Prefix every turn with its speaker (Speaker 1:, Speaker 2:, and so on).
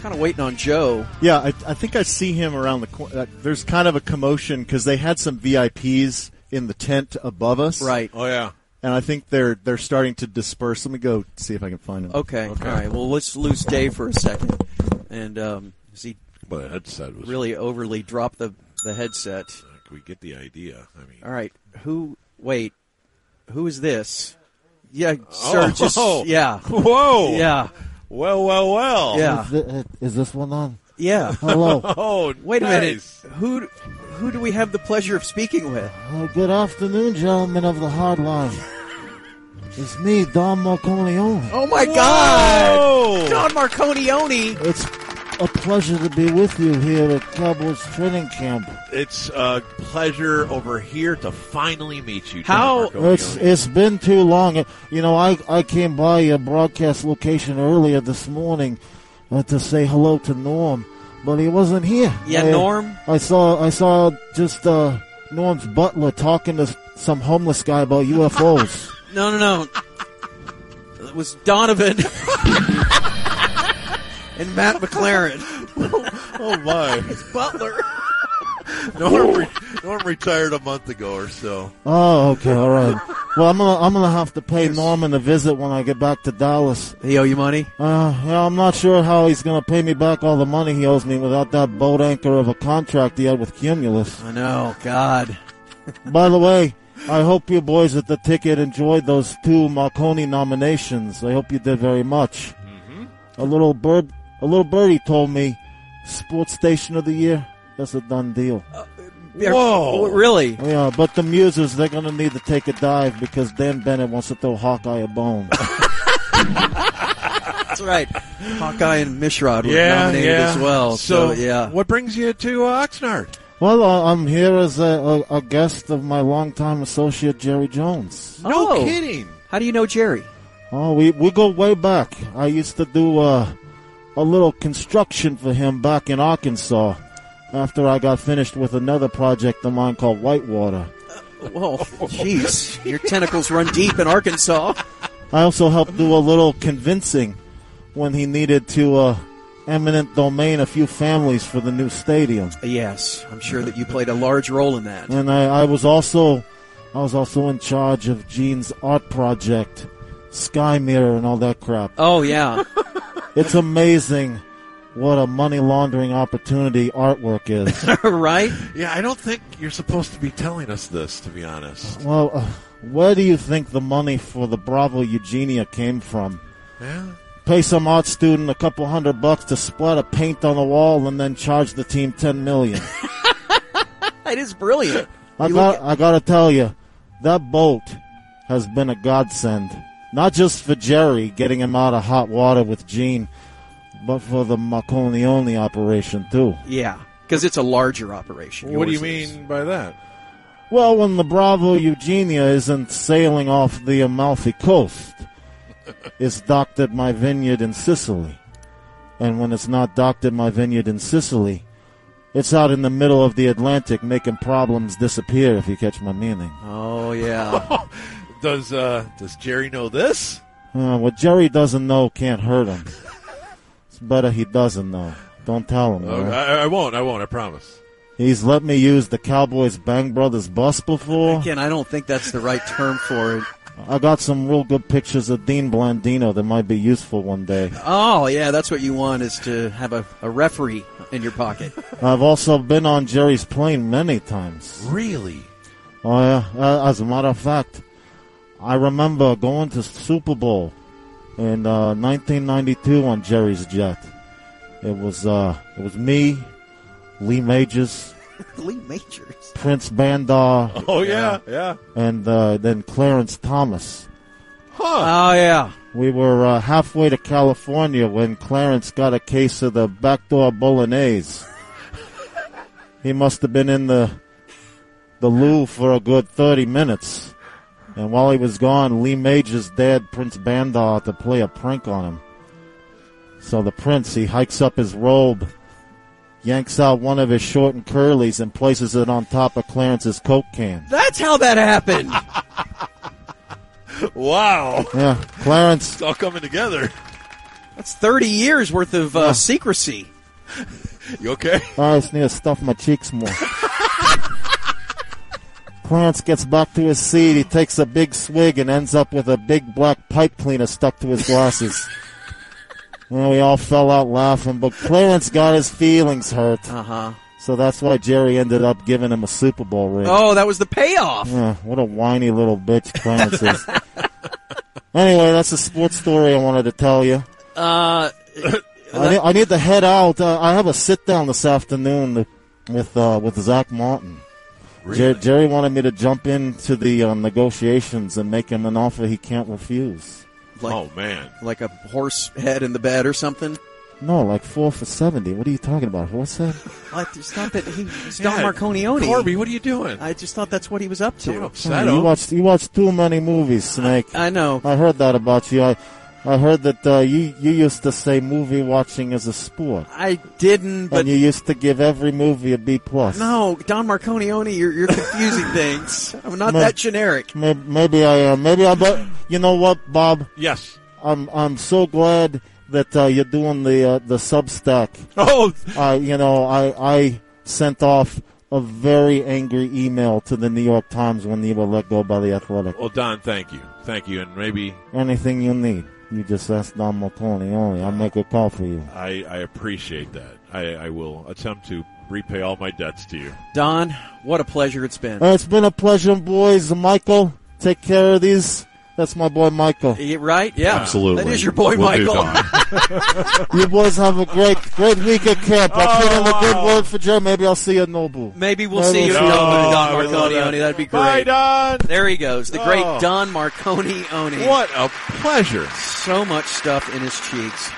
Speaker 1: Kind of waiting on Joe.
Speaker 2: Yeah, I, I think I see him around the corner. Uh, there's kind of a commotion because they had some VIPs in the tent above us,
Speaker 1: Right.
Speaker 3: Oh yeah.
Speaker 2: And I think they're they're starting to disperse. Let me go see if I can find him.
Speaker 1: Okay.
Speaker 3: Okay.
Speaker 1: All right. Well, let's lose Dave for a second. And um, 'cause he
Speaker 3: But the headset was
Speaker 1: really overly dropped the, the headset.
Speaker 3: Like, we get the idea. I mean,
Speaker 1: All right. Who? Wait. Who is this? Yeah, sir. Just yeah.
Speaker 3: Whoa.
Speaker 1: Yeah.
Speaker 3: Well, well, well.
Speaker 1: Yeah.
Speaker 4: Is, thi- uh, is this one on?
Speaker 1: Yeah.
Speaker 4: Hello.
Speaker 3: Oh,
Speaker 1: Wait a minute.
Speaker 3: nice.
Speaker 1: Who who do we have the pleasure of speaking with?
Speaker 4: Uh, good afternoon, gentlemen of the hard line. It's me, Don Marconione.
Speaker 1: Oh my
Speaker 3: Whoa.
Speaker 1: god. Don Marconioni.
Speaker 4: It's a pleasure to be with you here at Cowboys training camp.
Speaker 3: It's a pleasure over here to finally meet you. John
Speaker 1: How-
Speaker 3: Marconione.
Speaker 4: It's it's been too long. You know, I I came by your broadcast location earlier this morning uh, to say hello to Norm, but he wasn't here.
Speaker 1: Yeah,
Speaker 4: I-
Speaker 1: Norm?
Speaker 4: I saw I saw just uh, Norm's butler talking to some homeless guy about UFOs.
Speaker 1: No, no, no. It was Donovan and Matt McLaren.
Speaker 3: oh my.
Speaker 1: Butler.
Speaker 3: Norm, re- Norm retired a month ago or so.
Speaker 4: oh, okay, all right. Well, I'm gonna I'm gonna have to pay Norman a visit when I get back to Dallas.
Speaker 1: He owe you money?
Speaker 4: Uh, yeah, I'm not sure how he's gonna pay me back all the money he owes me without that boat anchor of a contract he had with Cumulus.
Speaker 1: I know. God.
Speaker 4: By the way, I hope you boys at the ticket enjoyed those two Marconi nominations. I hope you did very much. A little bird, a little birdie told me, sports station of the year. That's a done deal. Oh,
Speaker 3: Whoa.
Speaker 1: Really?
Speaker 4: Yeah, but the Muses, they're gonna need to take a dive because Dan Bennett wants to throw Hawkeye a bone.
Speaker 1: That's right. Hawkeye and Mishrod were nominated as well. So, yeah.
Speaker 3: What brings you to uh, Oxnard?
Speaker 4: well, uh, I'm here as a, a, a guest of my longtime associate Jerry Jones.
Speaker 3: No
Speaker 1: Oh.
Speaker 3: kidding.
Speaker 1: How do you know Jerry?
Speaker 4: Oh, we, we go way back. I used to do uh, a little construction for him back in Arkansas after I got finished with another project of mine called Whitewater.
Speaker 1: Well, jeez. Your tentacles run deep in Arkansas.
Speaker 4: I also helped do a little convincing when he needed to uh, eminent domain a few families for the new stadium.
Speaker 1: Yes, I'm sure that you played a large role in that.
Speaker 4: And I, I was also I was also in charge of Gene's art project, Sky Mirror and all that crap.
Speaker 1: Oh yeah,
Speaker 4: It's amazing what a money laundering opportunity artwork is.
Speaker 1: right?
Speaker 3: Yeah, I don't think you're supposed to be telling us this, to be
Speaker 1: Oh.
Speaker 3: honest.
Speaker 4: Well, uh, where do you think the money for the Bravo Eugenia came from?
Speaker 3: Yeah.
Speaker 4: Pay some art student a couple hundred bucks to splatter paint on the wall and then charge the team ten million.
Speaker 1: It is brilliant.
Speaker 4: I
Speaker 1: You look
Speaker 4: got, I gotta tell you, that boat has been a godsend. Not just for Jerry getting him out of hot water with Gene, but for the Marconione operation too.
Speaker 1: at- yeah, because it's a larger operation.
Speaker 3: What do you
Speaker 1: Yours is.
Speaker 3: mean by that?
Speaker 4: Well, when the Bravo Eugenia isn't sailing off the Amalfi Coast, it's docked at my vineyard in Sicily. And when it's not docked at my vineyard in Sicily, it's out in the middle of the Atlantic making problems disappear, if you catch my meaning.
Speaker 1: Oh yeah.
Speaker 3: Does uh, does Jerry know this?
Speaker 4: Uh, what Jerry doesn't know can't hurt him. It's better he doesn't know. Don't tell him. all
Speaker 3: Oh,
Speaker 4: right?
Speaker 3: I, I won't. I won't. I promise.
Speaker 4: He's let me use the Cowboys Bang Brothers bus before.
Speaker 1: Again, I don't think that's the right term for it.
Speaker 4: I got some real good pictures of Dean Blandino that might be useful one day.
Speaker 1: Oh yeah, that's what you want is to have a, a referee in your pocket.
Speaker 4: I've also been on Jerry's plane many times.
Speaker 3: Really?
Speaker 4: Oh, yeah. Uh, as a matter of fact, I remember going to Super Bowl in uh, 1992 on Jerry's jet. It was uh, it was me, Lee Majors,
Speaker 1: Lee Majors.
Speaker 4: Prince Bandar,
Speaker 3: Oh yeah, yeah.
Speaker 4: and uh, then Clarence Thomas.
Speaker 3: Huh?
Speaker 1: Oh yeah.
Speaker 4: We were uh, halfway to California when Clarence got a case of the backdoor bolognese. he must have been in the the loo for a good 30 minutes. And while he was gone, Lee Majors dared Prince Bandar to play a prank on him. So the prince, he hikes up his robe, yanks out one of his short and curlies, and places it on top of Clarence's Coke can.
Speaker 1: That's how that happened.
Speaker 3: wow.
Speaker 4: Yeah, Clarence
Speaker 3: It's all coming together.
Speaker 1: That's 30 years worth of uh, secrecy.
Speaker 3: You okay?
Speaker 4: I just need to stuff my cheeks more. Clarence gets back to his seat. He takes a big swig and ends up with a big black pipe cleaner stuck to his glasses. and we all fell out laughing, but Clarence got his feelings hurt.
Speaker 1: Uh huh.
Speaker 4: So that's why Jerry ended up giving him a Super Bowl ring.
Speaker 1: Oh, that was the payoff.
Speaker 4: Yeah, what a whiny little bitch Clarence is. anyway, that's a sports story I wanted to tell you.
Speaker 1: Uh,
Speaker 4: I need, I need to head out. Uh, I have a sit down this afternoon with uh, with Zach Martin. Jer- Jerry wanted me to jump into the uh, negotiations and make him an offer he can't refuse.
Speaker 1: like,
Speaker 3: oh man,
Speaker 1: like a horse head in the bed or something.
Speaker 4: No, like four for seventy. What are you talking about, horsehead?
Speaker 1: What? It's not that he, it's
Speaker 3: Yeah,
Speaker 1: not Marconioni.
Speaker 3: Corby, what are you doing?
Speaker 1: I just thought that's what he was up
Speaker 3: Don't
Speaker 1: to.
Speaker 3: upset
Speaker 4: you
Speaker 3: him.
Speaker 4: watched you watched too many movies, Snake.
Speaker 1: Oh. I know.
Speaker 4: I heard that about you. I I heard that uh, you you used to say movie watching is a sport,
Speaker 1: I didn't, but
Speaker 4: and you used to give every movie a B plus.
Speaker 1: no, Don Marconioni, you're, you're confusing things. I'm not
Speaker 4: No.
Speaker 1: that generic.
Speaker 4: Maybe, maybe I am. Maybe I. But you know what, Bob?
Speaker 3: yes.
Speaker 4: I'm I'm so glad that uh, you're doing the uh, the Substack.
Speaker 3: Oh,
Speaker 4: Uh, you know, I I sent off a very angry email to the New York Times when you were let go by the Athletic.
Speaker 3: well, Don, thank you, thank you, and maybe
Speaker 4: Anything you need, you just ask Don Marconi only. I'll make a call for you.
Speaker 3: I, I appreciate that. I, I will attempt to repay all my debts to you.
Speaker 1: Don, what a pleasure it's been.
Speaker 4: Uh, it's been a pleasure, boys. Michael, take care of these. That's my boy Michael.
Speaker 1: Yeah, right? Yeah.
Speaker 3: Absolutely.
Speaker 1: That is your boy,
Speaker 3: Will do,
Speaker 1: Michael.
Speaker 3: Don.
Speaker 4: You boys have a great, great week at camp. I put in a good word for Joe. Maybe I'll see you at Nobu.
Speaker 1: Maybe we'll
Speaker 4: Maybe
Speaker 1: see you at
Speaker 4: we'll see
Speaker 1: Melbourne,
Speaker 3: you.
Speaker 1: Don
Speaker 3: Oh, we
Speaker 1: Marconioni.
Speaker 3: love that.
Speaker 1: That'd be great.
Speaker 3: Bye, Don.
Speaker 1: There he goes, the great
Speaker 3: Oh.
Speaker 1: Don Marconioni.
Speaker 3: What a pleasure.
Speaker 1: So much stuff in his cheeks.